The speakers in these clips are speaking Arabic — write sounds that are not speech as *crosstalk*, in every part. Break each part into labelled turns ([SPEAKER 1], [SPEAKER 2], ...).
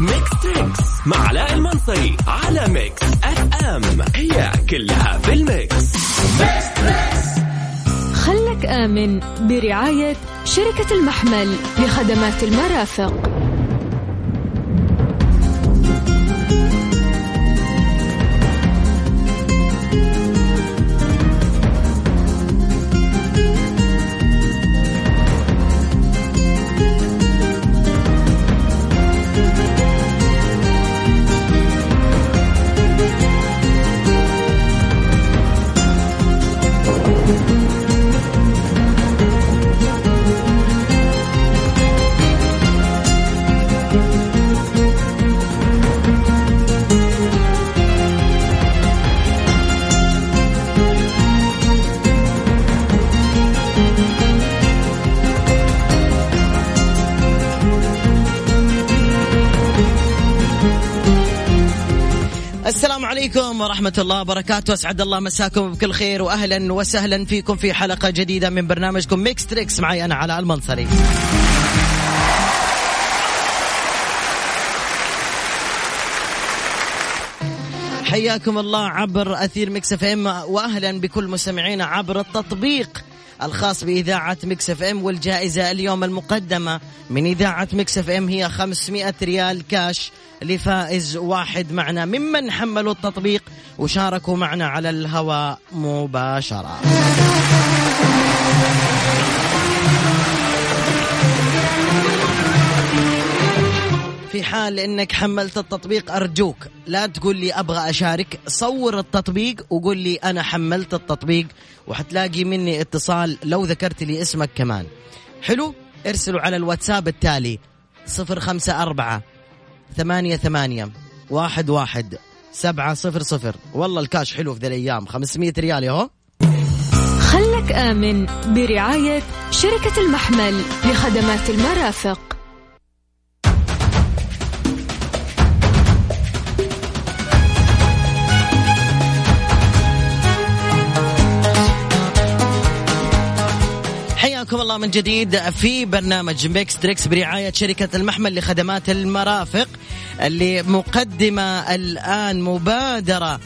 [SPEAKER 1] ميكس تريكس مع علاء المنصري على ميكس اف ام هي كلها في الميكس
[SPEAKER 2] خلك آمن برعاية شركة المحمل لخدمات المرافق
[SPEAKER 3] السلام عليكم ورحمة الله وبركاته أسعد الله مساكم بكل خير وأهلا وسهلا فيكم في حلقة جديدة من برنامجكم ميكس تريكس معي أنا علاء المنصري حياكم الله عبر أثير ميكس اف ام وأهلا بكل مستمعينا عبر التطبيق الخاص بإذاعة ميكس اف ام والجائزة اليوم المقدمة من إذاعة ميكس اف ام هي 500 ريال كاش لفائز واحد معنا ممن حملوا التطبيق وشاركوا معنا على الهواء مباشرة في حال انك حملت التطبيق ارجوك لا تقول لي ابغى اشارك صور التطبيق وقول لي انا حملت التطبيق وحتلاقي مني اتصال لو ذكرت لي اسمك كمان حلو ارسلوا على الواتساب التالي 054 ثمانية ثمانية واحد واحد سبعة صفر صفر والله الكاش حلو في ذي الأيام 500 ريال يهو
[SPEAKER 2] خلك آمن برعاية شركة المحمل لخدمات المرافق
[SPEAKER 3] حياكم الله من جديد في برنامج ميكس تريكس برعاية شركة المحمل لخدمات المرافق اللي مقدمة الآن مبادرة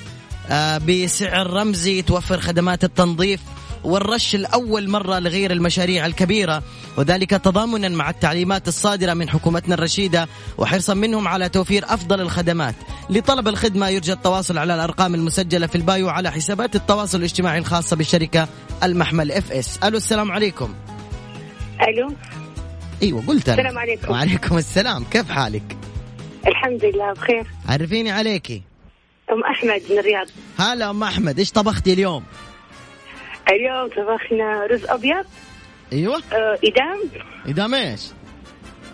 [SPEAKER 3] آه، بسعر رمزي توفر خدمات التنظيف والرش الأول مرة لغير المشاريع الكبيرة وذلك تضامنا مع التعليمات الصادرة من حكومتنا الرشيدة وحرصا منهم على توفير أفضل الخدمات لطلب الخدمة يرجى التواصل على الأرقام المسجلة في البايو على حسابات التواصل الاجتماعي الخاصة بالشركة المحمل اف اس ألو السلام عليكم
[SPEAKER 4] الو
[SPEAKER 3] ايوه قلت انا
[SPEAKER 4] السلام عليكم.
[SPEAKER 3] وعليكم السلام كيف حالك
[SPEAKER 4] الحمد لله بخير
[SPEAKER 3] عرفيني عليكي
[SPEAKER 4] ام احمد من الرياض
[SPEAKER 3] هلا ام احمد ايش طبختي اليوم
[SPEAKER 4] اليوم طبخنا رز ابيض
[SPEAKER 3] ايوه
[SPEAKER 4] آه، ادام
[SPEAKER 3] ادام ايش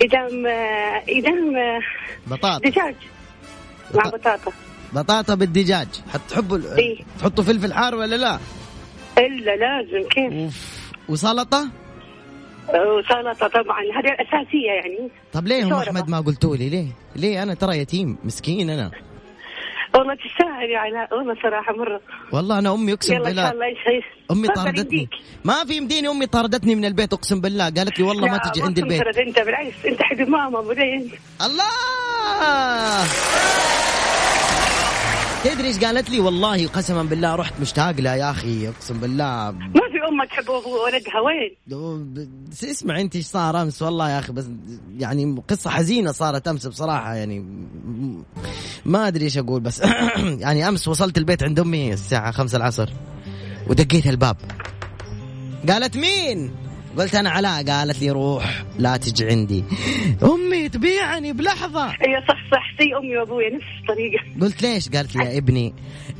[SPEAKER 4] ادام آه، ادام آه، *laughs*
[SPEAKER 3] بطاطا
[SPEAKER 4] دجاج مع بطاطا
[SPEAKER 3] بطاطا بالدجاج حتحبوا ال-
[SPEAKER 4] إيه.
[SPEAKER 3] تحطوا فلفل حار ولا
[SPEAKER 4] *laughs*
[SPEAKER 3] لا
[SPEAKER 4] الا لازم كيف
[SPEAKER 3] اوف وسلطه
[SPEAKER 4] آه، وسلطه طبعا هذه الاساسيه يعني
[SPEAKER 3] طب ليه هم
[SPEAKER 4] شوربة.
[SPEAKER 3] احمد ما قلتوا لي ليه ليه انا ترى يتيم مسكين انا
[SPEAKER 4] والله تستاهل يا علاء والله صراحه مره
[SPEAKER 3] والله انا امي اقسم
[SPEAKER 4] يلا ان
[SPEAKER 3] بالله
[SPEAKER 4] شاء الله يشهي
[SPEAKER 3] امي طاردتني ما في يمديني امي طاردتني من البيت اقسم بالله قالت لي والله ما تجي عند البيت
[SPEAKER 4] انت بالعكس انت حبيب ماما بعدين
[SPEAKER 3] الله تدري ايش قالت لي والله قسما بالله رحت مشتاق لها يا اخي اقسم بالله
[SPEAKER 4] ما في ام تحب ولدها وين
[SPEAKER 3] بس اسمع انت ايش صار امس والله يا اخي بس يعني قصه حزينه صارت امس بصراحه يعني م- ما ادري ايش اقول بس *coughs* يعني امس وصلت البيت عند امي الساعه خمسة العصر ودقيت الباب قالت مين قلت انا علاء قالت لي روح لا تجي عندي امي تبيعني بلحظه
[SPEAKER 4] هي أيوة، صح صح زي امي وابويا نفس الطريقه
[SPEAKER 3] قلت ليش قالت لي يا ابني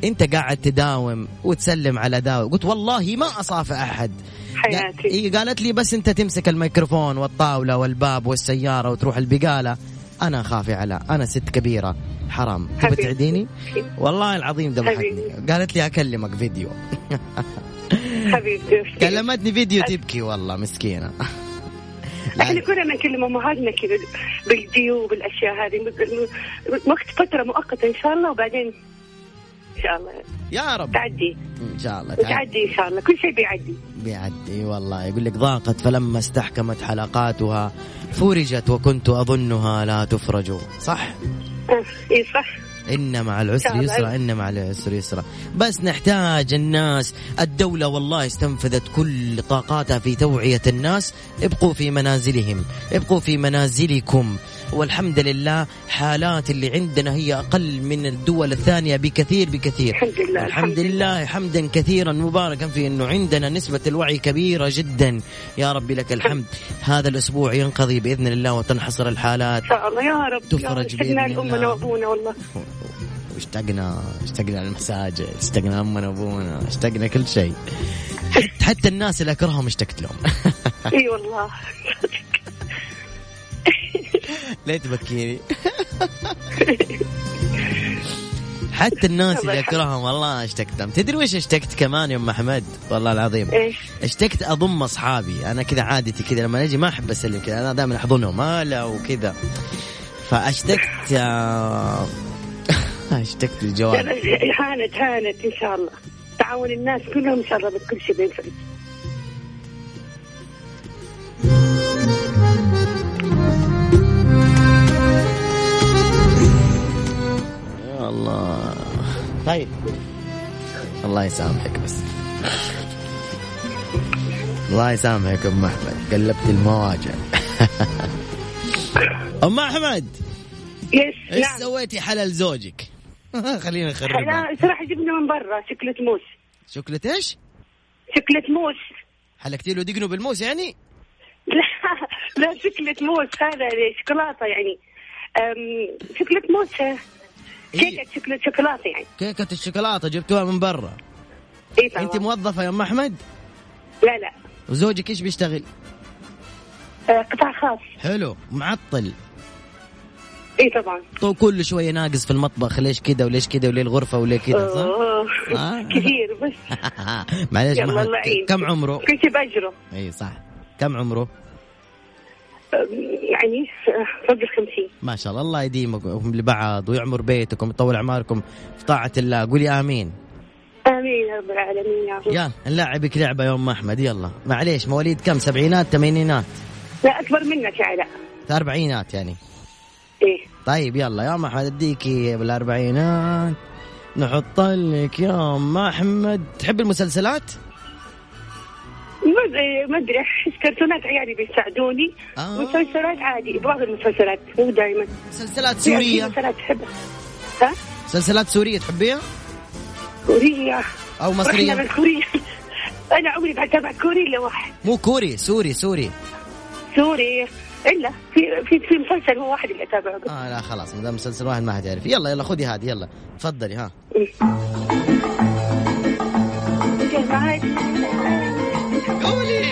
[SPEAKER 3] انت قاعد تداوم وتسلم على داوم قلت والله ما اصافي احد
[SPEAKER 4] حياتي.
[SPEAKER 3] قال- إيه قالت لي بس انت تمسك الميكروفون والطاوله والباب والسياره وتروح البقاله انا خافي على انا ست كبيره حرام تبي
[SPEAKER 4] حبيبتي.
[SPEAKER 3] تعديني والله العظيم دمعتني
[SPEAKER 4] حبيبي.
[SPEAKER 3] قالت لي اكلمك فيديو
[SPEAKER 4] حبيبتي
[SPEAKER 3] كلمتني فيديو تبكي والله
[SPEAKER 4] *laughs*
[SPEAKER 3] مسكينه لا،
[SPEAKER 4] احنا كنا نكلم امهاتنا كذا بالديو وبالاشياء هذه م- م- وقت فتره مؤقته ان شاء الله وبعدين ان شاء الله
[SPEAKER 3] يا رب
[SPEAKER 4] تعدي
[SPEAKER 3] ان شاء الله تعال.
[SPEAKER 4] وتعدي ان شاء الله كل شيء بيعدي
[SPEAKER 3] بيعدي والله يقول لك ضاقت فلما استحكمت حلقاتها فرجت وكنت اظنها لا تفرج صح
[SPEAKER 4] آه، اي صح
[SPEAKER 3] إن مع العسر
[SPEAKER 4] شاء الله.
[SPEAKER 3] يسرا إن مع العسر يسرا بس نحتاج الناس الدولة والله استنفذت كل طاقاتها في توعية الناس ابقوا في منازلهم ابقوا في منازلكم والحمد لله حالات اللي عندنا هي أقل من الدول الثانية بكثير بكثير
[SPEAKER 4] الحمد لله،
[SPEAKER 3] الحمد
[SPEAKER 4] الحمد
[SPEAKER 3] لله حمدا كثيرا مباركا في أنه عندنا نسبة الوعي كبيرة جدا يا ربي لك الحمد هذا الأسبوع ينقضي بإذن الله وتنحصر الحالات
[SPEAKER 4] ان شاء الله يا رب
[SPEAKER 3] تفرج بإذن
[SPEAKER 4] شفنا لامنا
[SPEAKER 3] الله.
[SPEAKER 4] وابونا والله
[SPEAKER 3] واشتقنا اشتقنا للمساجد اشتقنا لامنا وابونا اشتقنا كل شيء حتى, حتى الناس اللي اكرههم اشتقت لهم *laughs* أه.
[SPEAKER 4] اي والله
[SPEAKER 3] ليه تبكيني حتى الناس اللي اكرههم والله اشتقت لهم تدري وش اشتقت كمان يا ام احمد والله العظيم
[SPEAKER 4] ايش
[SPEAKER 3] اشتقت اضم اصحابي انا كذا عادتي كذا لما اجي ما احب اسلم كذا انا دائما احضنهم هلا وكذا فاشتقت آه، *laughs* اشتقت الجوال
[SPEAKER 4] هانت هانت ان شاء الله تعاون الناس كلهم ان شاء الله بكل شيء بينفرج
[SPEAKER 3] يا الله طيب الله يسامحك بس الله يسامحك ام احمد قلبت المواجع *laughs* ام احمد
[SPEAKER 4] يس
[SPEAKER 3] ايش
[SPEAKER 4] نعم
[SPEAKER 3] سويتي حلال زوجك *laughs* خلينا نخربها
[SPEAKER 4] لا صراحه جبنا من برا شكلة موس
[SPEAKER 3] شكلة ايش
[SPEAKER 4] شكلة موس
[SPEAKER 3] حلقتي له دقنه بالموس يعني
[SPEAKER 4] لا لا شكلة موس هذا شوكولاتة يعني أم، شكلة موس
[SPEAKER 3] إيه.
[SPEAKER 4] كيكة شكلة شوكولاتة يعني
[SPEAKER 3] كيكة الشوكولاتة جبتوها من برا
[SPEAKER 4] اي طبعا
[SPEAKER 3] انت موظفة يا ام احمد
[SPEAKER 4] لا لا
[SPEAKER 3] وزوجك ايش بيشتغل
[SPEAKER 4] آه، قطاع خاص إيه
[SPEAKER 3] حلو معطل
[SPEAKER 4] اي طبعا
[SPEAKER 3] طو كل شوية ناقص في المطبخ ليش كده وليش كده وليه الغرفة وليه كده صح
[SPEAKER 4] أوه،
[SPEAKER 3] آه.
[SPEAKER 4] كثير بس
[SPEAKER 3] *laughs* معليش
[SPEAKER 4] يلا
[SPEAKER 3] ما
[SPEAKER 4] الله يعين
[SPEAKER 3] كم عمره؟
[SPEAKER 4] كل شيء باجره
[SPEAKER 3] اي صح كم عمره؟
[SPEAKER 4] أم، يعني آه، فوق الخمسين
[SPEAKER 3] ما شاء الله الله يديمكم لبعض ويعمر بيتكم ويطول اعماركم في طاعة الله قولي امين
[SPEAKER 4] امين يا رب العالمين يا رب
[SPEAKER 3] يلا نلعبك لعبة يا ام احمد يلا معليش مواليد كم سبعينات ثمانينات
[SPEAKER 4] لا اكبر منك يا علاء
[SPEAKER 3] اربعينات يعني
[SPEAKER 4] ايه
[SPEAKER 3] طيب يلا يا ام احمد اديكي بالاربعينات إيه نحط لك يا ام احمد تحب المسلسلات؟
[SPEAKER 4] ما إيه، ما ادري أحس كرتونات عيالي بيساعدوني
[SPEAKER 3] آه.
[SPEAKER 4] مسلسلات عادي بعض المسلسلات مو دائما
[SPEAKER 3] مسلسلات
[SPEAKER 4] في أكيد
[SPEAKER 3] سورية
[SPEAKER 4] مسلسلات تحبها ها
[SPEAKER 3] مسلسلات سورية تحبيها؟
[SPEAKER 4] كوريا
[SPEAKER 3] او
[SPEAKER 4] احنا
[SPEAKER 3] مصرية؟
[SPEAKER 4] من كوريا انا عمري ما تابع كوري الا واحد
[SPEAKER 3] مو كوري سوري سوري
[SPEAKER 4] سوري الا في في في مسلسل هو واحد اللي اتابعه بس.
[SPEAKER 3] اه لا خلاص ما دام مسلسل واحد ما حد يعرف يلا يلا خذي هذه يلا تفضلي ها
[SPEAKER 4] إيه. جماعات
[SPEAKER 3] قولي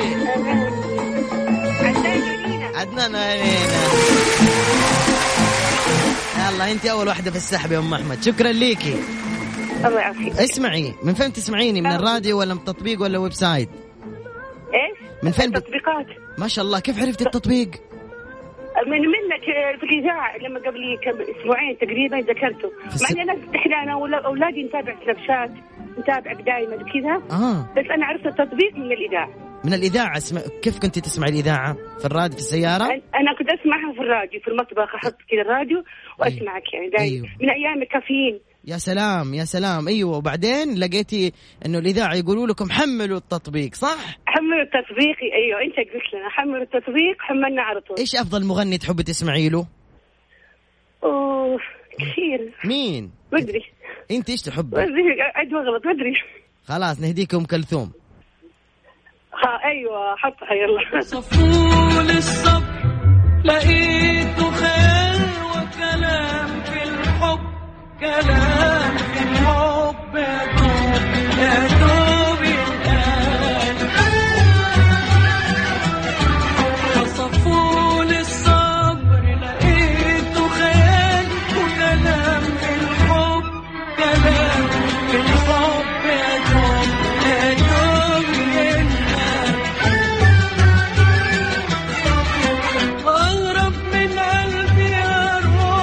[SPEAKER 4] عندنا جنينة.
[SPEAKER 3] عدنان علينا يلا انت اول واحده في السحب يا ام احمد شكرا ليكي
[SPEAKER 4] الله يعافيك
[SPEAKER 3] إيه؟ اسمعي من فين تسمعيني من الراديو ولا من تطبيق ولا ويب سايت
[SPEAKER 4] ايش؟
[SPEAKER 3] من فين بت...
[SPEAKER 4] تطبيقات
[SPEAKER 3] ما شاء الله كيف عرفتي التطبيق
[SPEAKER 4] من منك آه، في الاذاعه لما قبل كم اسبوعين تقريبا ذكرته
[SPEAKER 3] بس-
[SPEAKER 4] مع اني انا استحنا انا ولا- اولادي نتابع سناب شات نتابعك دائما كذا
[SPEAKER 3] اه
[SPEAKER 4] بس انا عرفت التطبيق من الاذاعه
[SPEAKER 3] من الاذاعه اسم... كيف كنت تسمعي الاذاعه في الراديو في السياره
[SPEAKER 4] أنا- انا كنت اسمعها في الراديو في المطبخ احط كذا الراديو واسمعك يعني دائما
[SPEAKER 3] أيوه.
[SPEAKER 4] من ايام الكافيين
[SPEAKER 3] يا سلام يا سلام ايوه وبعدين لقيتي انه الاذاعه يقولوا لكم حملوا التطبيق صح
[SPEAKER 4] حملوا التطبيق ايوه انت قلت لنا حملوا التطبيق حملنا على طول
[SPEAKER 3] ايش افضل مغني تحبي تسمعي له
[SPEAKER 4] اوه كثير
[SPEAKER 3] مين
[SPEAKER 4] ما ادري
[SPEAKER 3] انت ايش
[SPEAKER 4] ما
[SPEAKER 3] تحبي
[SPEAKER 4] ادري ادوى غلط ما ادري
[SPEAKER 3] خلاص نهديك ام كلثوم
[SPEAKER 4] ها ايوه حطها يلا
[SPEAKER 5] صفول الصبر لقيته خير وكلام في الحب كلام في الحب يا دوب يا دوب يتقال وصفول الصبر لقيته خير وكلام في الحب كلام في الحب يا دوب يا دوب يتقال أغرب من قلبي آه،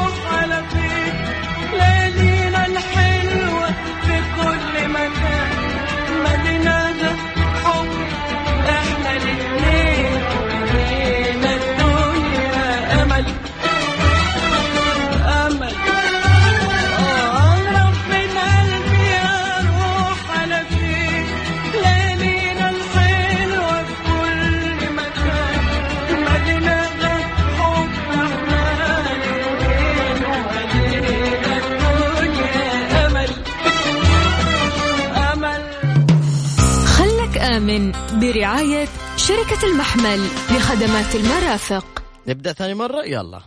[SPEAKER 2] آمن برعاية شركة المحمل لخدمات المرافق
[SPEAKER 3] نبدا ثاني مره يلا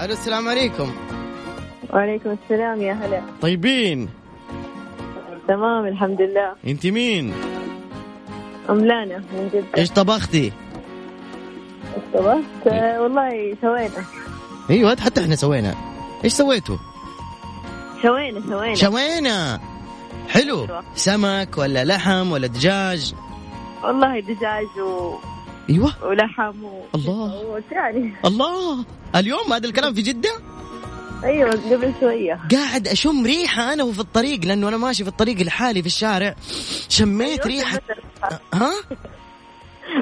[SPEAKER 3] الو السلام عليكم
[SPEAKER 6] وعليكم السلام يا هلا
[SPEAKER 3] طيبين
[SPEAKER 6] تمام الحمد لله
[SPEAKER 3] انت مين
[SPEAKER 6] أم لانا من جدة
[SPEAKER 3] ايش طبختي
[SPEAKER 6] طبخت آه، والله سوينا
[SPEAKER 3] ايوه حتى احنا سوينا ايش سويتوا
[SPEAKER 6] سوينا سوينا
[SPEAKER 3] شوينا حلو
[SPEAKER 6] أيوة.
[SPEAKER 3] سمك ولا لحم ولا دجاج
[SPEAKER 6] والله دجاج و...
[SPEAKER 3] ايوه
[SPEAKER 6] ولحم و...
[SPEAKER 3] الله.
[SPEAKER 6] وش يعني
[SPEAKER 3] الله اليوم هذا الكلام في جده
[SPEAKER 6] ايوه قبل شويه
[SPEAKER 3] قاعد اشم ريحه انا وفي الطريق لانه انا ماشي في الطريق لحالي في الشارع شميت ريحه ها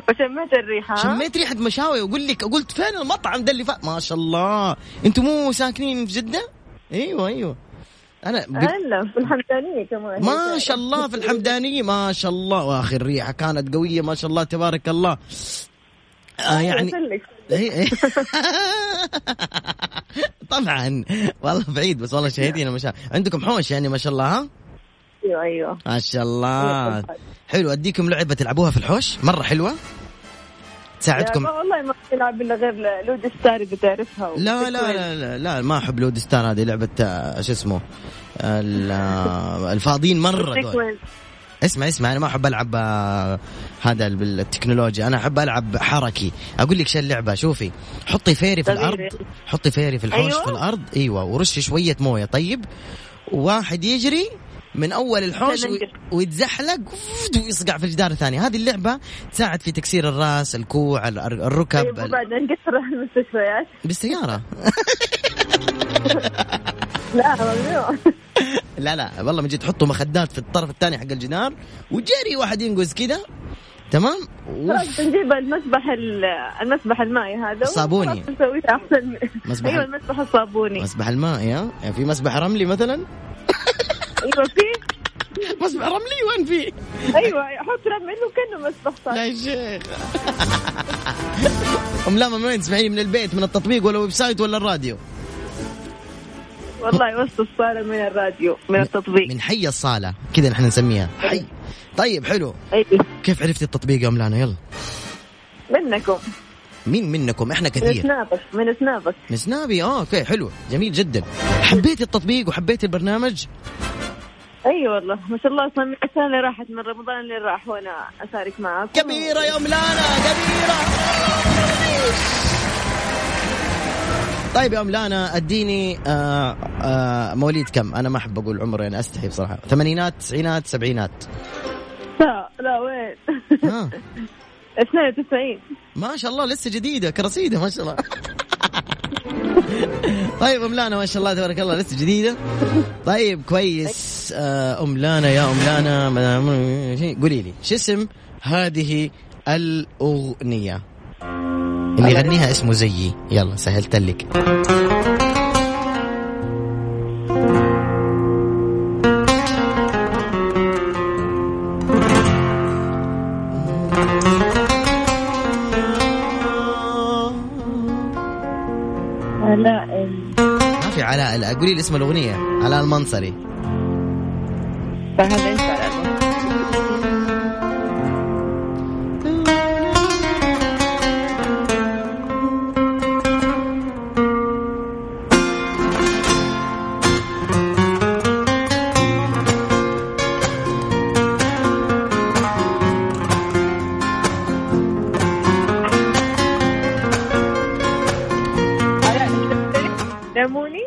[SPEAKER 6] وشميت الريحه ها؟
[SPEAKER 3] شميت ريحه مشاوي واقول لك قلت فين المطعم ده اللي فات ما شاء الله انتم مو ساكنين في جده ايوه ايوه انا بال-
[SPEAKER 6] هلا في الحمدانيه كمان
[SPEAKER 3] ما شاء الله في الحمدانية ما شاء الله واخي الريحة كانت قوية ما شاء الله تبارك الله آه يعني
[SPEAKER 6] أيوة، يسلك.
[SPEAKER 3] إي- *laughs* إي. طبعا والله بعيد بس والله شهيتينا ما شاء الله عندكم حوش يعني ما شاء الله ها
[SPEAKER 6] ايوه ايوه
[SPEAKER 3] ما شاء
[SPEAKER 6] أيوة،
[SPEAKER 3] الله حلو اديكم لعبة تلعبوها في الحوش مرة حلوة تساعدكم
[SPEAKER 6] لا، والله ما تلعب الا غير لود ستار اذا تعرفها
[SPEAKER 3] لا لا لا لا, لا ما احب لود ستار هذه لعبة آه، شو اسمه ال- آه، الفاضيين مرة دول
[SPEAKER 6] سيكونس.
[SPEAKER 3] اسمع اسمع انا ما احب العب آه، هذا ال- بالتكنولوجيا انا احب العب حركي اقول لك شو اللعبه شوفي حطي فيري في
[SPEAKER 6] طبيعي.
[SPEAKER 3] الارض حطي فيري في الحوش أيوة.
[SPEAKER 6] أيوة.
[SPEAKER 3] في الارض ايوه ورشي شويه مويه طيب وواحد يجري من اول الحوش
[SPEAKER 6] لازم
[SPEAKER 3] وي-
[SPEAKER 6] يجري.
[SPEAKER 3] ويتزحلق ويصقع في الجدار الثاني هذه اللعبه تساعد في تكسير الراس الكوع ال-
[SPEAKER 6] إيه،
[SPEAKER 3] الركب ال-
[SPEAKER 6] وبعدين نقصر المستشفيات
[SPEAKER 3] بالسياره
[SPEAKER 6] *laughs* لا ممنوع
[SPEAKER 3] لا لا والله من جد حطوا مخدات في الطرف الثاني حق الجدار وجري واحد ينقز كده تمام أوف.
[SPEAKER 6] خلاص نجيب المسبح ال- المسبح المائي هذا
[SPEAKER 3] صابوني.
[SPEAKER 6] خلاص نسويه احسن
[SPEAKER 3] مسبح-
[SPEAKER 6] ايوه المسبح الصابوني
[SPEAKER 3] مسبح المائي ها يعني في مسبح رملي مثلا
[SPEAKER 6] ايوه في
[SPEAKER 3] مسبح رملي وين في
[SPEAKER 6] ايوه حط رمل انه كانه
[SPEAKER 3] لا
[SPEAKER 6] مسبح صار
[SPEAKER 3] يا *laughs* شيخ ام لا من وين تسمعيني من البيت من التطبيق ولا ويب سايت ولا الراديو
[SPEAKER 6] والله وسط الصاله من الراديو من التطبيق
[SPEAKER 3] من حي الصاله كذا نحن نسميها حي طيب حلو
[SPEAKER 6] ايوه
[SPEAKER 3] كيف عرفتي التطبيق يا ام لانا يلا
[SPEAKER 6] منكم
[SPEAKER 3] مين منكم احنا
[SPEAKER 6] من
[SPEAKER 3] كثير
[SPEAKER 6] سنابك من سنابك
[SPEAKER 3] من سنابي اه اوكي حلو جميل جدا حبيتي التطبيق وحبيتي البرنامج
[SPEAKER 6] اي أيوة والله ما شاء الله اصلا من السنه اللي راحت من رمضان اللي راح وانا اشارك معاكم
[SPEAKER 3] كبيرة يا ملانا كبيرة طيب يا ملانا اديني آه آه مواليد كم؟ انا ما احب اقول عمري انا استحي يعني بصراحة، ثمانينات، تسعينات، سبعينات.
[SPEAKER 6] لا لا وين *laughs*
[SPEAKER 3] ها
[SPEAKER 6] 92
[SPEAKER 3] ما شاء الله لسه جديدة كرصيدة ما شاء الله. *laughs* طيب ام لانا ما شاء الله تبارك الله لسه جديدة. طيب كويس آه ام لانا يا ام لانا مدام- قولي لي شو اسم هذه الاغنية؟ اللي يغنيها اسمه زيي يلا سهلت لك
[SPEAKER 6] لا
[SPEAKER 3] ما في علاء لا قولي لي اسم الاغنية علاء المنصري
[SPEAKER 6] فهذا ان شاء الله ليموني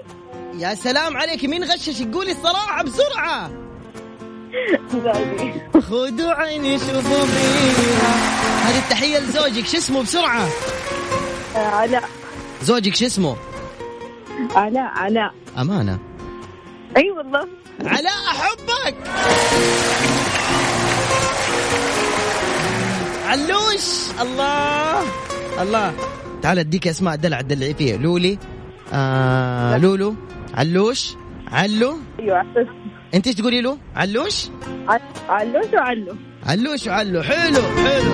[SPEAKER 3] يا سلام عليك مين غششك قولي الصراحة بسرعة
[SPEAKER 6] زوجي
[SPEAKER 3] خذوا عيني شوفوا فيها هذه التحية لزوجك شو اسمه بسرعة
[SPEAKER 6] آه، علاء
[SPEAKER 3] زوجك شو اسمه
[SPEAKER 6] علاء علاء
[SPEAKER 3] أمانة
[SPEAKER 6] اي والله
[SPEAKER 3] علاء أحبك علوش الله الله تعال اديك اسماء دلع تدلعي فيها لولي آه لولو علوش علو
[SPEAKER 6] ايوه عسس
[SPEAKER 3] انت ايش تقولي له علوش
[SPEAKER 6] عل- علوش وعلو
[SPEAKER 3] علوش وعلو حلو حلو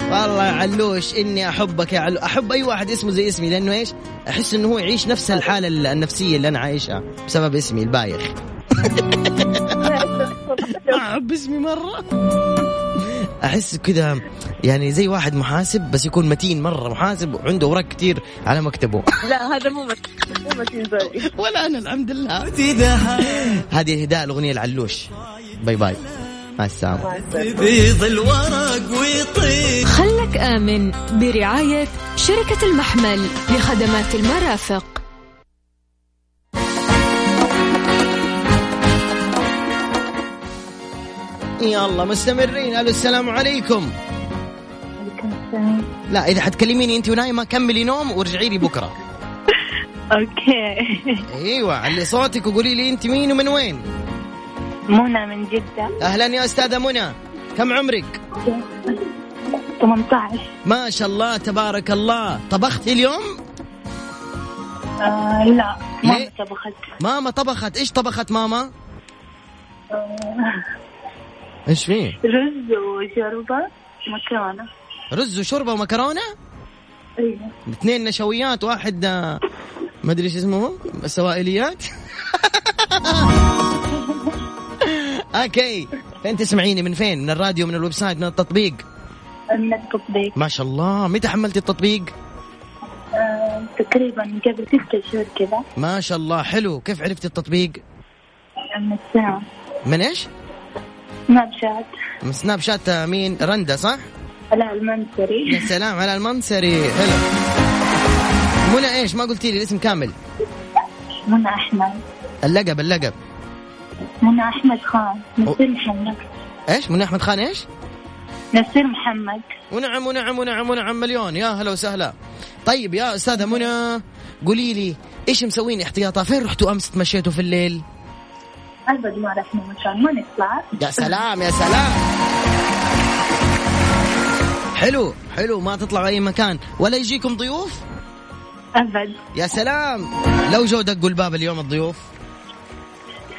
[SPEAKER 3] والله يا علوش اني احبك يا علو احب اي واحد اسمه زي اسمي لانه ايش احس انه هو يعيش نفس الحاله ال- النفسيه اللي انا عايشها بسبب اسمي البايخ *laughs* ما احب اسمي مره احس كذا يعني زي واحد محاسب بس يكون متين مره محاسب وعنده اوراق كتير على مكتبه *laughs*
[SPEAKER 6] لا هذا مو مت- مو متين زوجي
[SPEAKER 3] ولا انا الحمد لله *laughs* هذه اهداء الاغنيه العلوش باي باي مع السلامه
[SPEAKER 5] يبيض الورق ويطير
[SPEAKER 2] خلك آمن برعاية شركة المحمل لخدمات المرافق
[SPEAKER 3] يلا مستمرين الو السلام عليكم لا اذا حتكلميني انت ونايمه كملي نوم وارجعي لي بكره
[SPEAKER 7] *laughs* اوكي *laughs*
[SPEAKER 3] ايوه علي صوتك وقولي لي انت مين ومن وين
[SPEAKER 7] منى من جدة
[SPEAKER 3] اهلا يا استاذه منى كم عمرك
[SPEAKER 7] 18
[SPEAKER 3] ما شاء الله تبارك الله طبختي اليوم
[SPEAKER 7] آه لا
[SPEAKER 3] ليه؟
[SPEAKER 7] ما طبخت
[SPEAKER 3] ماما طبخت ايش طبخت ماما
[SPEAKER 7] آه.
[SPEAKER 3] ايش فيه
[SPEAKER 7] رز وشوربة مكرونة
[SPEAKER 3] رز وشوربه ومكرونه
[SPEAKER 7] ايوه
[SPEAKER 3] اثنين نشويات واحد آه، ما ادري ايش اسمه سوائليات *laughs* اوكي فين تسمعيني من فين من الراديو من الويب سايت من التطبيق
[SPEAKER 7] من التطبيق
[SPEAKER 3] ما شاء الله متى حملتي التطبيق
[SPEAKER 7] آه تقريبا قبل ست شهور كذا
[SPEAKER 3] ما شاء الله حلو كيف عرفتي التطبيق
[SPEAKER 7] من السنة
[SPEAKER 3] من ايش
[SPEAKER 7] ما بشات
[SPEAKER 3] من سناب شات آه، مين رندا صح
[SPEAKER 7] لا المنصري
[SPEAKER 3] يا سلام على المنصري حلو منى ايش ما قلتي لي الاسم كامل
[SPEAKER 7] منى أحمد
[SPEAKER 3] اللقب اللقب
[SPEAKER 7] منى أحمد خان نسير محمد
[SPEAKER 3] ايش منى احمد خان ايش
[SPEAKER 7] نسير محمد
[SPEAKER 3] ونعم ونعم ونعم ونعم مليون يا هلا وسهلا طيب يا استاذه منى قولي لي ايش مسوين احتياطا فين رحتوا امس تمشيتوا في الليل
[SPEAKER 7] أبد ما رحنا مكان ما نطلع
[SPEAKER 3] يا سلام يا سلام حلو حلو ما تطلعوا اي مكان ولا يجيكم ضيوف
[SPEAKER 7] أبد
[SPEAKER 3] يا سلام لو جو دقوا الباب اليوم الضيوف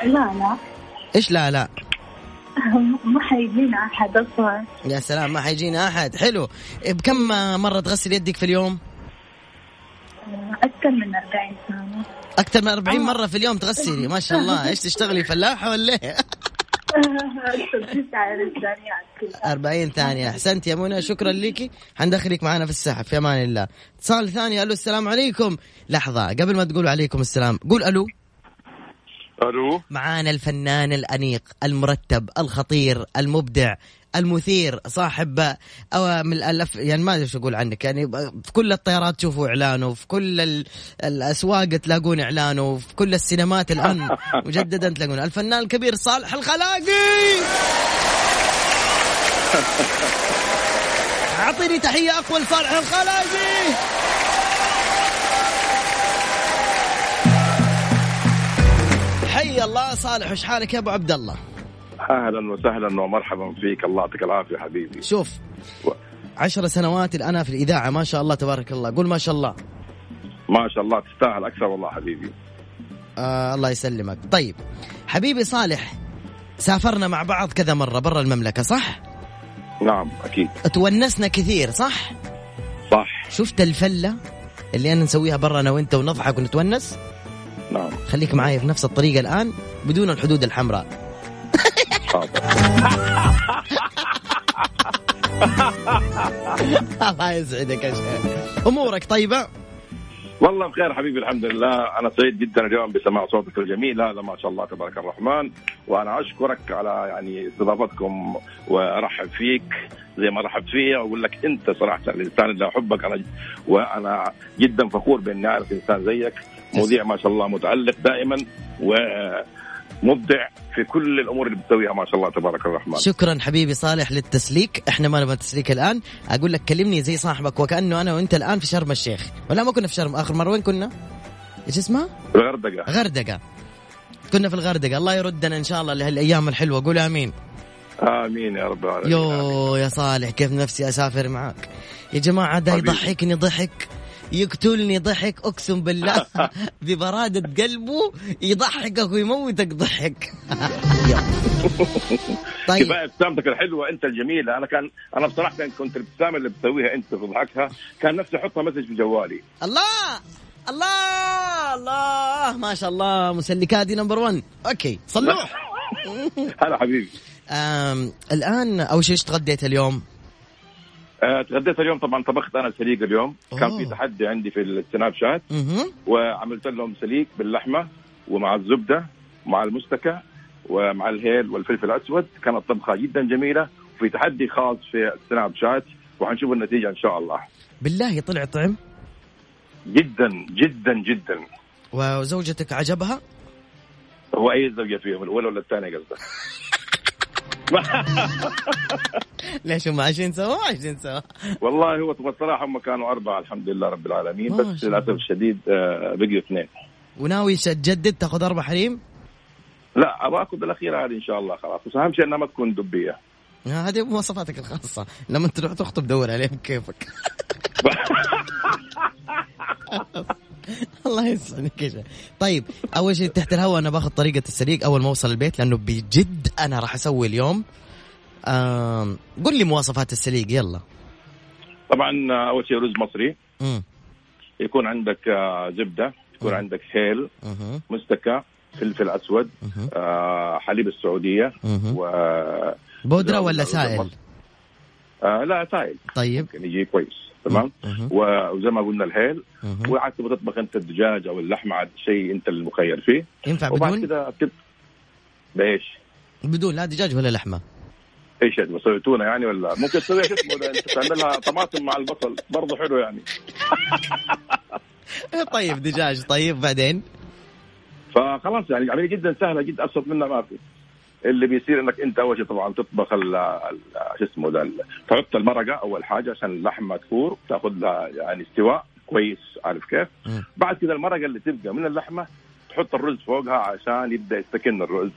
[SPEAKER 7] لا لا *laughs*
[SPEAKER 3] ايش لا لا
[SPEAKER 7] ما حيجينا أحد أصلا
[SPEAKER 3] يا سلام ما حيجينا احد حلو بكم مره تغسل يدك في اليوم
[SPEAKER 7] آه، أكثر من 40 سنة *laughs*
[SPEAKER 3] اكثر من 40 مره في اليوم تغسلي ما شاء الله ايش تشتغلي فلاحه ولا ايه 40 ثانية أحسنت يا منى شكرا لك حندخلك معنا في السحب في أمان الله اتصال ثاني ألو السلام عليكم لحظة قبل ما تقول عليكم السلام قول ألو
[SPEAKER 8] الو
[SPEAKER 3] معانا الفنان الأنيق المرتب الخطير المبدع المثير صاحب أو من الألف يعني ما ادري شو اقول عنك يعني في كل الطيارات تشوفوا اعلانه في كل ال- الاسواق تلاقون اعلانه في كل السينمات الان مجددا تلاقون الفنان الكبير صالح الخلاقي اعطيني تحيه اقوى لصالح الخلاقي حي الله صالح وش حالك يا ابو عبد الله
[SPEAKER 8] اهلا وسهلا ومرحبا فيك الله يعطيك العافيه حبيبي
[SPEAKER 3] شوف
[SPEAKER 8] و-
[SPEAKER 3] عشر سنوات الآن في الإذاعة ما شاء الله تبارك الله قول ما شاء الله
[SPEAKER 8] ما شاء الله تستاهل اكثر والله حبيبي
[SPEAKER 3] آه الله يسلمك طيب حبيبي صالح سافرنا مع بعض كذا مرة برا المملكة صح
[SPEAKER 8] نعم اكيد
[SPEAKER 3] تونسنا كثير صح
[SPEAKER 8] صح
[SPEAKER 3] شفت الفلة اللي أنا نسويها برا أنا وأنت ونضحك ونتونس
[SPEAKER 8] نعم
[SPEAKER 3] خليك معايا في نفس الطريقة الآن بدون الحدود الحمراء
[SPEAKER 8] حاضر
[SPEAKER 3] *laughs* الله يسعدك يا شيخ أمورك طيبة
[SPEAKER 8] والله بخير حبيبي الحمد لله انا سعيد جدا اليوم بسماع صوتك الجميل هذا ما شاء الله تبارك الرحمن وانا اشكرك على يعني استضافتكم وارحب فيك زي ما رحبت فيا واقول لك انت صراحه الانسان اللي احبك انا وانا جدا فخور باني اعرف انسان زيك مذيع ما شاء الله متالق دائما ومبدع في كل الامور اللي بتسويها ما شاء الله تبارك الرحمن
[SPEAKER 3] شكرا حبيبي صالح للتسليك احنا ما نبغى تسليك الان اقول لك كلمني زي صاحبك وكانه انا وانت الان في شرم الشيخ ولا ما كنا في شرم اخر مره وين كنا ايش اسمها
[SPEAKER 8] الغردقه
[SPEAKER 3] غردقه كنا في الغردقه الله يردنا ان شاء الله لهالايام الحلوه قول امين
[SPEAKER 8] امين يا رب العالمين
[SPEAKER 3] يو يا صالح كيف نفسي اسافر معك يا جماعه ده
[SPEAKER 8] حبيبي.
[SPEAKER 3] يضحكني ضحك يقتلني ضحك اقسم بالله ببرادة قلبه يضحكك ويموتك ضحك *laughs* طيب
[SPEAKER 8] كفايه ابتسامتك الحلوه انت الجميله انا كان انا بصراحه كنت الابتسامه اللي بتسويها انت بتضحكها كان نفسي احطها مسج في جوالي
[SPEAKER 3] الله الله الله ما شاء الله مسلكاتي نمبر 1 اوكي صلوح
[SPEAKER 8] *laughs* هلا حبيبي
[SPEAKER 3] آم، الان اول شيء ايش تغديت اليوم؟
[SPEAKER 8] آه، تغديت اليوم طبعا طبخت انا سليق اليوم كان في
[SPEAKER 3] أوه.
[SPEAKER 8] تحدي عندي في السناب شات
[SPEAKER 3] مهم.
[SPEAKER 8] وعملت لهم سليق باللحمه ومع الزبده ومع المستكة ومع الهيل والفلفل الاسود كانت طبخه جدا جميله وفي تحدي خاص في السناب شات وحنشوف النتيجه ان شاء الله
[SPEAKER 3] بالله طلع طعم
[SPEAKER 8] جدا جدا جدا
[SPEAKER 3] وزوجتك عجبها؟
[SPEAKER 8] هو اي زوجه فيهم الاولى ولا الثانيه قصدك
[SPEAKER 3] ليش هم عايشين سوا؟ عايشين سوا
[SPEAKER 8] والله هو تبغى الصراحه هم كانوا اربعه الحمد لله رب العالمين
[SPEAKER 3] ما
[SPEAKER 8] بس
[SPEAKER 3] شاء الله.
[SPEAKER 8] للاسف الشديد آه، بقيوا اثنين
[SPEAKER 3] وناوي تجدد تاخذ اربع حريم؟
[SPEAKER 8] لا ابغى اخذ الاخيره هذه ان شاء الله خلاص بس اهم شيء انها ما تكون دبيه
[SPEAKER 3] آه، هذه مواصفاتك الخاصة لما تروح تخطب دور عليه بكيفك *laughs* الله يسعدك يا شيخ. طيب اول شيء تحت الهواء انا باخذ طريقة السليق اول ما اوصل البيت لانه بجد انا راح اسوي اليوم آم، قل لي مواصفات السليق يلا
[SPEAKER 8] طبعا آه، اول شيء رز مصري
[SPEAKER 3] مم.
[SPEAKER 8] يكون عندك آه، زبده يكون
[SPEAKER 3] مم.
[SPEAKER 8] عندك هيل
[SPEAKER 3] مهم.
[SPEAKER 8] مستكة فلفل اسود
[SPEAKER 3] مهم.
[SPEAKER 8] آه، حليب السعوديه
[SPEAKER 3] مهم.
[SPEAKER 8] و آه،
[SPEAKER 3] بودرة
[SPEAKER 8] زبدة
[SPEAKER 3] ولا
[SPEAKER 8] رز
[SPEAKER 3] سائل
[SPEAKER 8] مصري. آه، لا سائل
[SPEAKER 3] طيب
[SPEAKER 8] ممكن يجي كويس تمام
[SPEAKER 3] مهم.
[SPEAKER 8] و- وزي ما قلنا الهيل
[SPEAKER 3] مهم.
[SPEAKER 8] وعاد تبغى تطبخ انت الدجاج او اللحمه عاد شيء انت المخير فيه
[SPEAKER 3] ينفع
[SPEAKER 8] وبعد
[SPEAKER 3] بدون
[SPEAKER 8] كده بتب... بايش؟
[SPEAKER 3] بدون لا دجاج ولا لحمة *laughs*
[SPEAKER 8] ايش هذا سويتونا يعني ولا ممكن تسويها شو اسمه ده، انت تعملها طماطم مع البصل برضه حلو يعني
[SPEAKER 3] طيب دجاج طيب بعدين
[SPEAKER 8] فخلاص يعني عمليه جدا سهله جدا ابسط منها ما في اللي بيصير انك انت اول شيء طبعا تطبخ ال ال- شو اسمه ده ال- تحط المرقه اول حاجه عشان اللحمه تفور تاخذ لها يعني استواء كويس عارف كيف؟
[SPEAKER 3] مم.
[SPEAKER 8] بعد كده المرقه اللي تبقى من اللحمه تحط الرز فوقها عشان يبدا يستكن الرز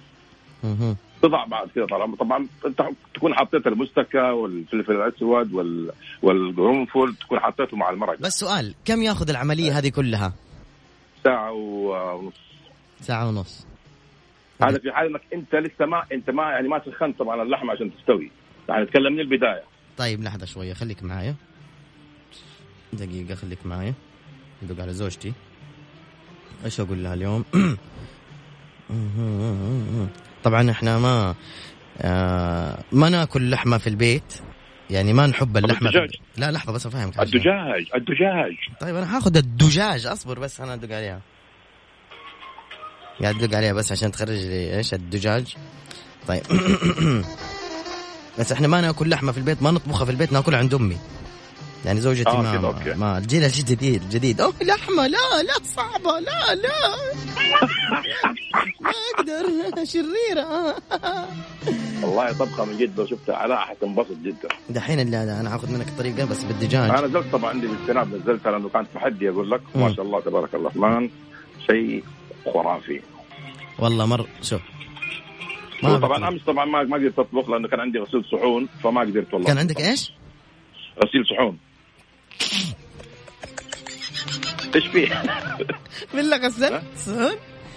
[SPEAKER 3] مهم.
[SPEAKER 8] تضع بعد كده طبعا طبعا انت تكون حطيت المستكة والفلفل الاسود وال... والقرنفل تكون حطيته مع المرقه
[SPEAKER 3] بس سؤال كم ياخذ العملية هذه كلها؟
[SPEAKER 8] ساعه ونص
[SPEAKER 3] ساعة ونص
[SPEAKER 8] هذا في حال انك انت لسه ما انت ما يعني ما سخنت طبعا اللحمه عشان تستوي يعني نتكلم من البدايه
[SPEAKER 3] طيب لحظة شوية خليك معايا دقيقة خليك معايا ندق على زوجتي ايش اقول لها اليوم؟ *coughs* طبعا احنا ما آه ما ناكل لحمة في البيت يعني ما نحب اللحمة في
[SPEAKER 8] الدجاج.
[SPEAKER 3] البيت. لا لحظة بس افهمك عشان-
[SPEAKER 8] الدجاج الدجاج
[SPEAKER 3] طيب انا هاخد الدجاج اصبر بس انا ادق عليها قاعد ادق عليها بس عشان تخرج لي ايش الدجاج طيب *clears throat* بس احنا ما ناكل لحمه في البيت ما نطبخها في البيت ناكلها عند امي يعني زوجتي
[SPEAKER 8] آه،
[SPEAKER 3] ما
[SPEAKER 8] كده،
[SPEAKER 3] ما,
[SPEAKER 8] أوكي.
[SPEAKER 3] ما الجيل الجديد الجديد اوه لحمه لا لا صعبه لا لا *laughs* ما اقدر شريره
[SPEAKER 8] والله طبخه من جد لو شفتها علاء حتنبسط جدا
[SPEAKER 3] *laughs* دحين اللي انا انا هاخذ منك الطريقه بس بالدجاج
[SPEAKER 8] انا نزلت طبعا عندي بالسناب نزلتها لانه كان تحدي اقول لك
[SPEAKER 3] طيب. مم.
[SPEAKER 8] ما شاء الله تبارك الرحمن شيء خرافي
[SPEAKER 3] والله مر شوف ما
[SPEAKER 8] طبعا
[SPEAKER 3] بقدر.
[SPEAKER 8] امس طبعا ما ما قدرت اطبخ لانه كان عندي غسيل صحون فما قدرت والله
[SPEAKER 3] كان عندك ايش؟
[SPEAKER 8] غسيل صحون ايش فيه؟
[SPEAKER 3] بالله غسلت صحون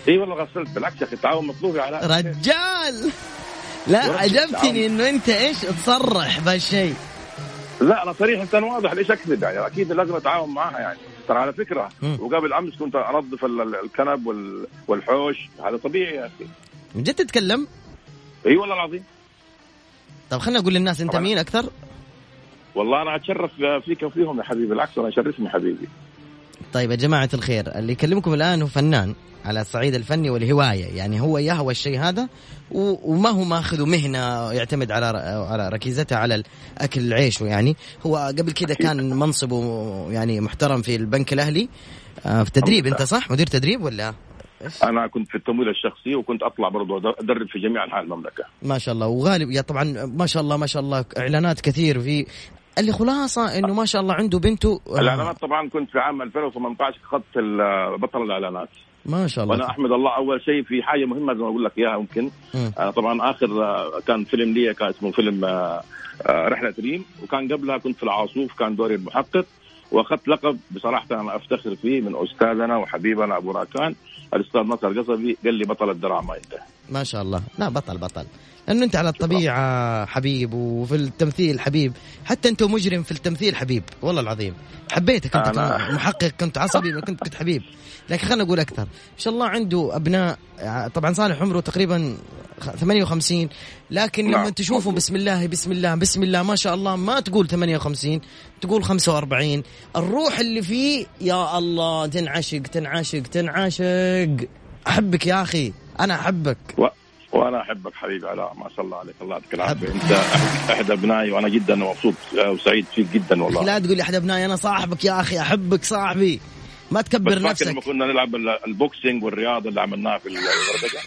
[SPEAKER 8] اي والله غسلت بالعكس يا اخي التعاون مطلوب يعني. يا علاء
[SPEAKER 3] رجال لا
[SPEAKER 8] ورد
[SPEAKER 3] عجبتني
[SPEAKER 8] التعاون.
[SPEAKER 3] انه انت ايش تصرح بهالشيء
[SPEAKER 8] لا انا صريح انسان واضح ليش اكذب يعني اكيد لازم اتعاون معها يعني ترى على فكره
[SPEAKER 3] مم.
[SPEAKER 8] وقبل امس كنت انظف ال- ال- الكنب وال- والحوش هذا طبيعي يا اخي
[SPEAKER 3] من جد تتكلم
[SPEAKER 8] اي والله العظيم
[SPEAKER 3] طب خلينا اقول للناس انت
[SPEAKER 8] طبعاً.
[SPEAKER 3] مين اكثر
[SPEAKER 8] والله انا اتشرف فيك وفيهم يا حبيبي بالعكس انا يشرفني حبيبي
[SPEAKER 3] طيب يا جماعه الخير اللي يكلمكم الان هو فنان على الصعيد الفني والهوايه يعني هو يهوى الشيء هذا و- وما هو ماخذه مهنه يعتمد على ر- على ركيزته على الاكل عيشه يعني هو قبل كده كان منصبه يعني محترم في البنك الاهلي آه، في تدريب انت صح مدير تدريب ولا
[SPEAKER 8] انا كنت في التمويل الشخصي وكنت اطلع برضه أدر- ادرب في جميع انحاء المملكه
[SPEAKER 3] ما شاء الله وغالب يا طبعا ما شاء الله ما شاء الله اعلانات كثير في اللي خلاصه انه ما شاء الله عنده بنته آه،
[SPEAKER 8] الاعلانات طبعا كنت في عام 2018 اخذت ال- بطل الاعلانات
[SPEAKER 3] ما شاء
[SPEAKER 8] وانا
[SPEAKER 3] الله
[SPEAKER 8] احمد الله اول شيء في حاجه مهمه زي ما اقول لك اياها يمكن
[SPEAKER 3] مم.
[SPEAKER 8] آه، طبعا اخر آه، كان فيلم لي كان اسمه فيلم آه، آه، رحله ريم وكان قبلها كنت في العاصوف كان دوري المحقق واخذت لقب بصراحه انا افتخر فيه من استاذنا وحبيبنا ابو راكان الاستاذ نصر القصبي قال لي بطل الدراما انت
[SPEAKER 3] ما شاء الله لا بطل بطل لانه انت على الطبيعه حبيب وفي التمثيل حبيب حتى انت مجرم في التمثيل حبيب والله العظيم حبيتك انت
[SPEAKER 8] أنا-
[SPEAKER 3] كم- محقق كنت عصبي كنت كنت حبيب لكن خلينا نقول اكثر ان شاء الله عنده ابناء ع- طبعا صالح عمره تقريبا خ- 58 لكن لما
[SPEAKER 8] نعم.
[SPEAKER 3] تشوفه بسم الله بسم الله بسم الله ما شاء الله ما تقول 58 تقول 45 الروح اللي فيه يا الله تنعشق تنعشق تنعشق احبك يا اخي انا احبك
[SPEAKER 8] و... وانا احبك حبيبي علاء ما شاء الله عليك الله يعطيك
[SPEAKER 3] حبيبي.
[SPEAKER 8] العافيه انت أحد- احد ابنائي وانا جدا مبسوط آه، وسعيد فيك جدا
[SPEAKER 3] اخي
[SPEAKER 8] والله
[SPEAKER 3] لا تقول لي احد ابنائي انا صاحبك يا اخي احبك صاحبي ما
[SPEAKER 8] بس
[SPEAKER 3] تكبر
[SPEAKER 8] فاكر لما
[SPEAKER 3] نفسك
[SPEAKER 8] كنا نلعب ال- البوكسينج والرياضه اللي عملناها
[SPEAKER 3] *laughs*
[SPEAKER 8] في الغردقه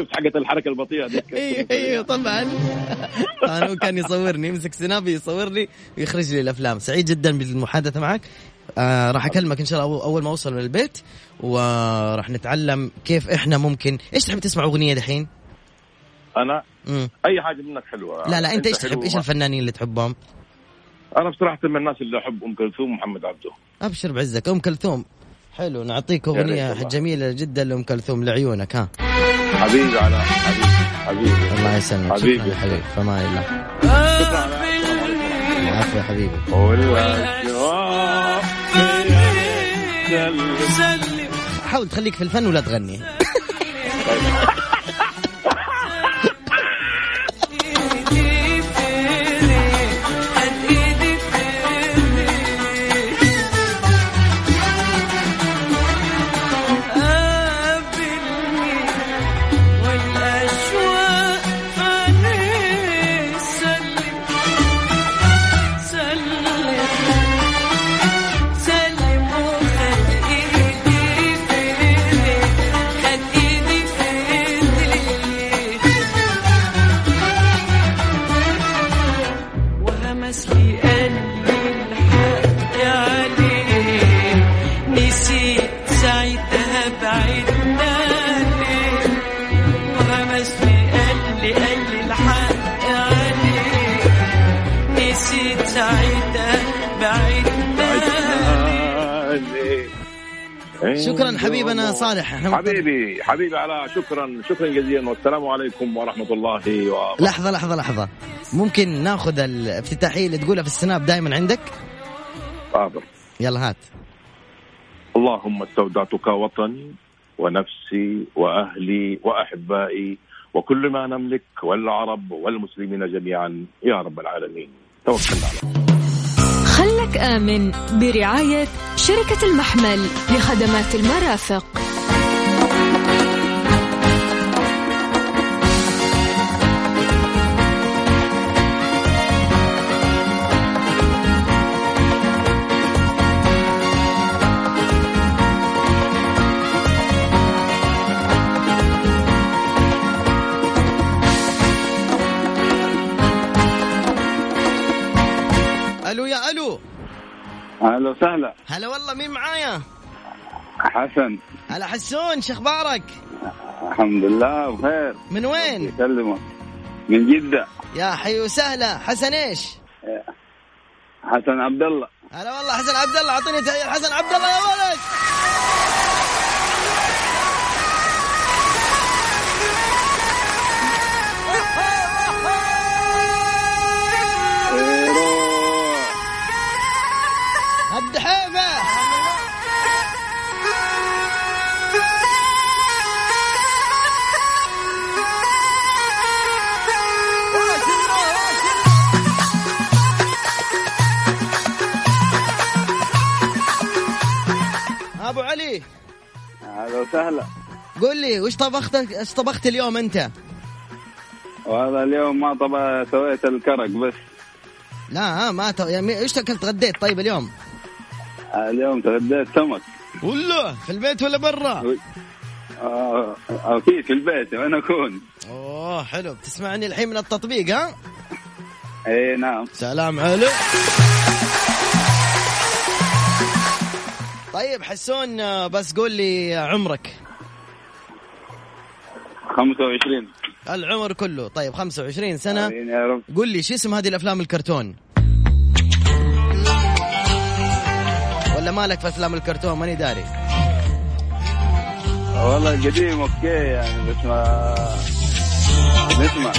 [SPEAKER 8] شفت حقة الحركه البطيئه ديك
[SPEAKER 3] ايوه ايوه *laughs* طبعا انا كان يصورني يمسك سنابي يصورني ويخرج لي الافلام سعيد جدا بالمحادثه معك آه راح اكلمك ان شاء الله أول- اول ما اوصل من البيت وراح نتعلم كيف احنا ممكن ايش تحب تسمع اغنيه دحين؟
[SPEAKER 8] انا
[SPEAKER 3] مم.
[SPEAKER 8] اي حاجه منك حلوه
[SPEAKER 3] لا لا انت ايش تحب
[SPEAKER 8] حلو
[SPEAKER 3] ايش
[SPEAKER 8] وما-
[SPEAKER 3] الفنانين اللي تحبهم؟
[SPEAKER 8] انا بصراحه من الناس اللي احب ام كلثوم ومحمد عبده
[SPEAKER 3] ابشر بعزك ام كلثوم حلو نعطيك
[SPEAKER 8] ريت
[SPEAKER 3] اغنيه
[SPEAKER 8] والله.
[SPEAKER 3] جميله جدا لام كلثوم لعيونك ها
[SPEAKER 8] حبيبي على حبيبي حبيبي
[SPEAKER 3] الله يسلمك شكرا
[SPEAKER 8] حبيبي
[SPEAKER 3] يا حبيبي فما الله
[SPEAKER 8] شكرا على-
[SPEAKER 3] العفو يا حبيبي
[SPEAKER 8] والأشواق يا-
[SPEAKER 3] حاول تخليك في الفن ولا تغني شكرا حبيبنا صالح احنا مضطر-
[SPEAKER 8] حبيبي حبيبي على شكرا شكرا جزيلا والسلام عليكم ورحمه الله وبركاته
[SPEAKER 3] لحظة لحظة لحظة ممكن ناخذ الافتتاحية اللي تقولها في السناب دائما عندك
[SPEAKER 8] حاضر.
[SPEAKER 3] يلا هات
[SPEAKER 8] اللهم استودعتك وطني ونفسي واهلي واحبائي وكل ما نملك والعرب والمسلمين جميعا يا رب العالمين توكلنا على
[SPEAKER 2] خلك آمن برعاية شركة المحمل لخدمات المرافق
[SPEAKER 3] الو يا الو
[SPEAKER 9] اهلا وسهلا
[SPEAKER 3] هلا والله مين معايا؟
[SPEAKER 9] حسن
[SPEAKER 3] هلا حسون شخبارك؟
[SPEAKER 9] الحمد لله بخير
[SPEAKER 3] من وين؟
[SPEAKER 9] يسلمك من جدة
[SPEAKER 3] يا حي وسهلا حسن ايش؟
[SPEAKER 9] حسن عبد الله
[SPEAKER 3] هلا والله حسن عبد الله اعطيني تحية حسن عبد الله يا ولد الدحيفة ابو علي
[SPEAKER 9] اهلا وسهلا
[SPEAKER 3] قول لي وش طبخت ايش طبخت اليوم انت؟
[SPEAKER 9] وهذا اليوم ما طبعا سويت الكرك بس
[SPEAKER 3] لا ها، ما ت... يعني ايش اكلت غديت طيب اليوم؟
[SPEAKER 9] اليوم تغديت سمك
[SPEAKER 3] والله في البيت ولا برا؟
[SPEAKER 9] آه، آه، في في البيت وين اكون؟
[SPEAKER 3] اوه حلو بتسمعني الحين من التطبيق ها؟
[SPEAKER 9] اي نعم
[SPEAKER 3] سلام عليك طيب حسون آه، بس قول لي عمرك
[SPEAKER 9] 25
[SPEAKER 3] العمر كله طيب 25 سنة
[SPEAKER 9] آمين يا رب
[SPEAKER 3] قول لي شو اسم هذه الافلام الكرتون ولا مالك في افلام الكرتون ماني داري
[SPEAKER 8] والله قديم اوكي يعني بس ما نسمع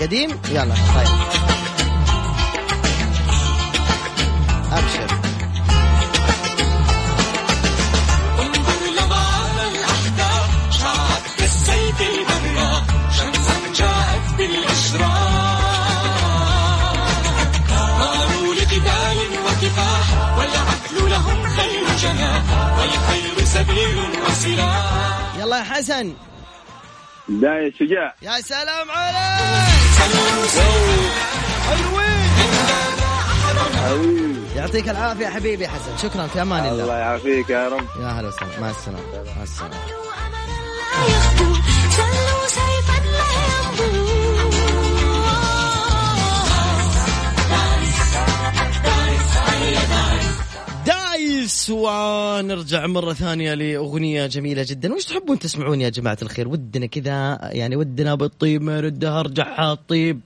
[SPEAKER 3] قديم يلا طيب ابشر يلا يا حسن
[SPEAKER 8] داعي شجاع
[SPEAKER 3] يا سلام عليك حلوين
[SPEAKER 8] حبيبي
[SPEAKER 3] يعطيك العافيه يا حبيبي يا حسن شكرا في امان الله
[SPEAKER 8] الله يعافيك يا رب
[SPEAKER 3] يا هلا وسهلا مع السلامة مع السلامة دايس ونرجع مرة ثانية لأغنية جميلة جدا وش تحبون تسمعون يا جماعة الخير ودنا كذا يعني ودنا بالطيب ما يردها ارجعها الطيب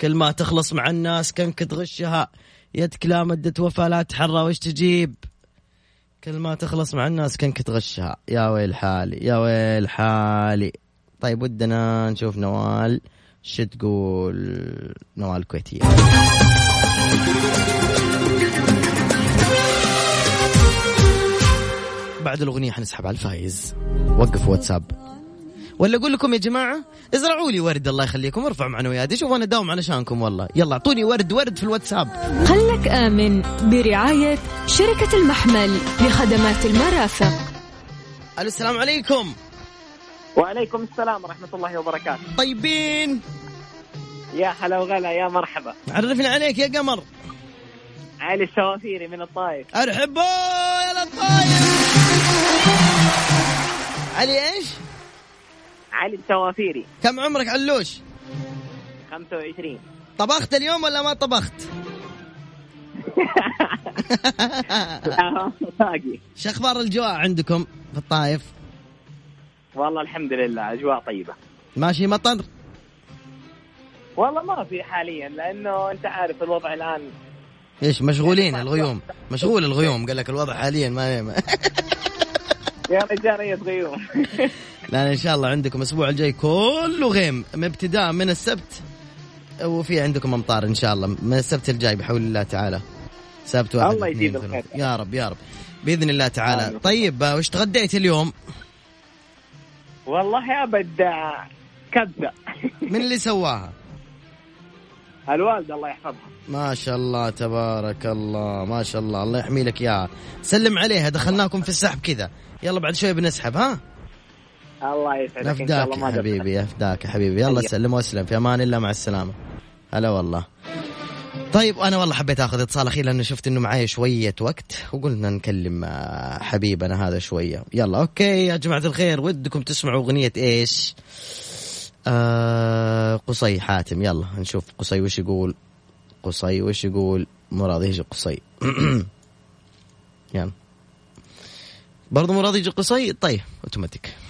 [SPEAKER 3] كل ما تخلص مع الناس كنكت غشها يد كلام مدت وفا لا تحرى وش تجيب كل ما تخلص مع الناس كنك تغشها يا ويل حالي يا ويل حالي طيب ودنا نشوف نوال شو تقول نوال كويتية بعد الأغنية حنسحب على الفايز وقف واتساب ولا أقول لكم يا جماعة ازرعوا لي ورد الله يخليكم ارفع معنوياتي شوف أنا داوم علشانكم والله يلا أعطوني ورد ورد في الواتساب
[SPEAKER 2] خلك آمن برعاية شركة المحمل لخدمات المرافق
[SPEAKER 3] ألو السلام عليكم
[SPEAKER 6] وعليكم السلام ورحمة الله وبركاته
[SPEAKER 3] طيبين
[SPEAKER 6] يا هلا وغلا يا مرحبا
[SPEAKER 3] عرفنا عليك يا قمر
[SPEAKER 6] علي الشوافيري من الطائف
[SPEAKER 3] ارحبوا يا لطايف علي ايش؟
[SPEAKER 6] علي الشوافيري
[SPEAKER 3] كم عمرك علوش؟
[SPEAKER 6] 25
[SPEAKER 3] طبخت اليوم ولا ما طبخت؟
[SPEAKER 6] لا، *laughs* باقي
[SPEAKER 3] شو اخبار الجواء عندكم في الطايف؟
[SPEAKER 6] والله الحمد لله اجواء طيبة
[SPEAKER 3] ماشي مطر؟
[SPEAKER 6] والله ما في حاليا لانه انت عارف الوضع الان
[SPEAKER 3] ايش
[SPEAKER 6] يعني
[SPEAKER 3] مشغولين الغيوم مشغول الغيوم قال لك الوضع حاليا ما ما- *laughs*
[SPEAKER 6] يا رجال ريت غيوم
[SPEAKER 3] لا ان شاء الله عندكم الاسبوع الجاي كله غيم ابتداء من السبت وفي عندكم امطار ان شاء الله من السبت الجاي بحول الله تعالى سبت واحد
[SPEAKER 6] الله
[SPEAKER 3] اثنين،
[SPEAKER 6] يجيب
[SPEAKER 3] ثلاثة.
[SPEAKER 6] الخير.
[SPEAKER 3] يا رب يا رب باذن الله تعالى طيب آه، وش تغديت اليوم
[SPEAKER 6] *laughs* والله ابد آه، كبسة
[SPEAKER 3] من اللي سواها
[SPEAKER 6] *laughs* الوالد الله يحفظها
[SPEAKER 3] ما شاء الله تبارك الله ما شاء الله الله يحمي لك اياها سلم عليها دخلناكم في السحب كذا يلا بعد شوي بنسحب ها
[SPEAKER 6] الله يسعدك ان شاء
[SPEAKER 3] افداك
[SPEAKER 6] الله
[SPEAKER 3] يا
[SPEAKER 6] ما أقصر.
[SPEAKER 3] حبيبي افداك يا حبيبي يلا
[SPEAKER 6] حياك.
[SPEAKER 3] سلم واسلم في امان الله مع السلامه هلا والله طيب انا والله حبيت اخذ اتصال اخير لانه شفت انه معايا شويه وقت وقلنا نكلم آه، حبيبنا هذا شويه يلا اوكي يا جماعه الخير ودكم تسمعوا اغنيه ايش آه قصي حاتم يلا نشوف قصي وش يقول قصي وش يقول مراد يجي قصي *clears throat* يلا برضو مراد يجي قصي طيب اوتوماتيك